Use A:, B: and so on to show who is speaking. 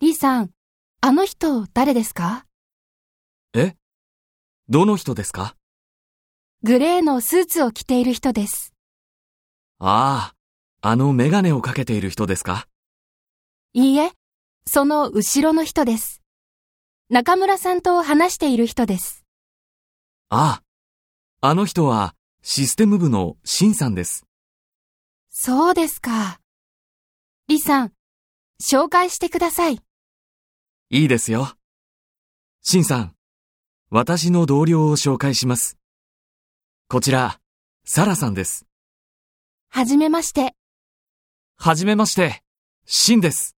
A: B さん、あの人誰ですか
B: えどの人ですか
A: グレーのスーツを着ている人です。
B: ああ、あのメガネをかけている人ですか
A: いいえ、その後ろの人です。中村さんと話している人です。
B: ああ、あの人はシステム部のシンさんです。
A: そうですか。リさん、紹介してください。
B: いいですよ。シンさん、私の同僚を紹介します。こちら、サラさんです。
A: はじめまして。
B: はじめまして、シンです。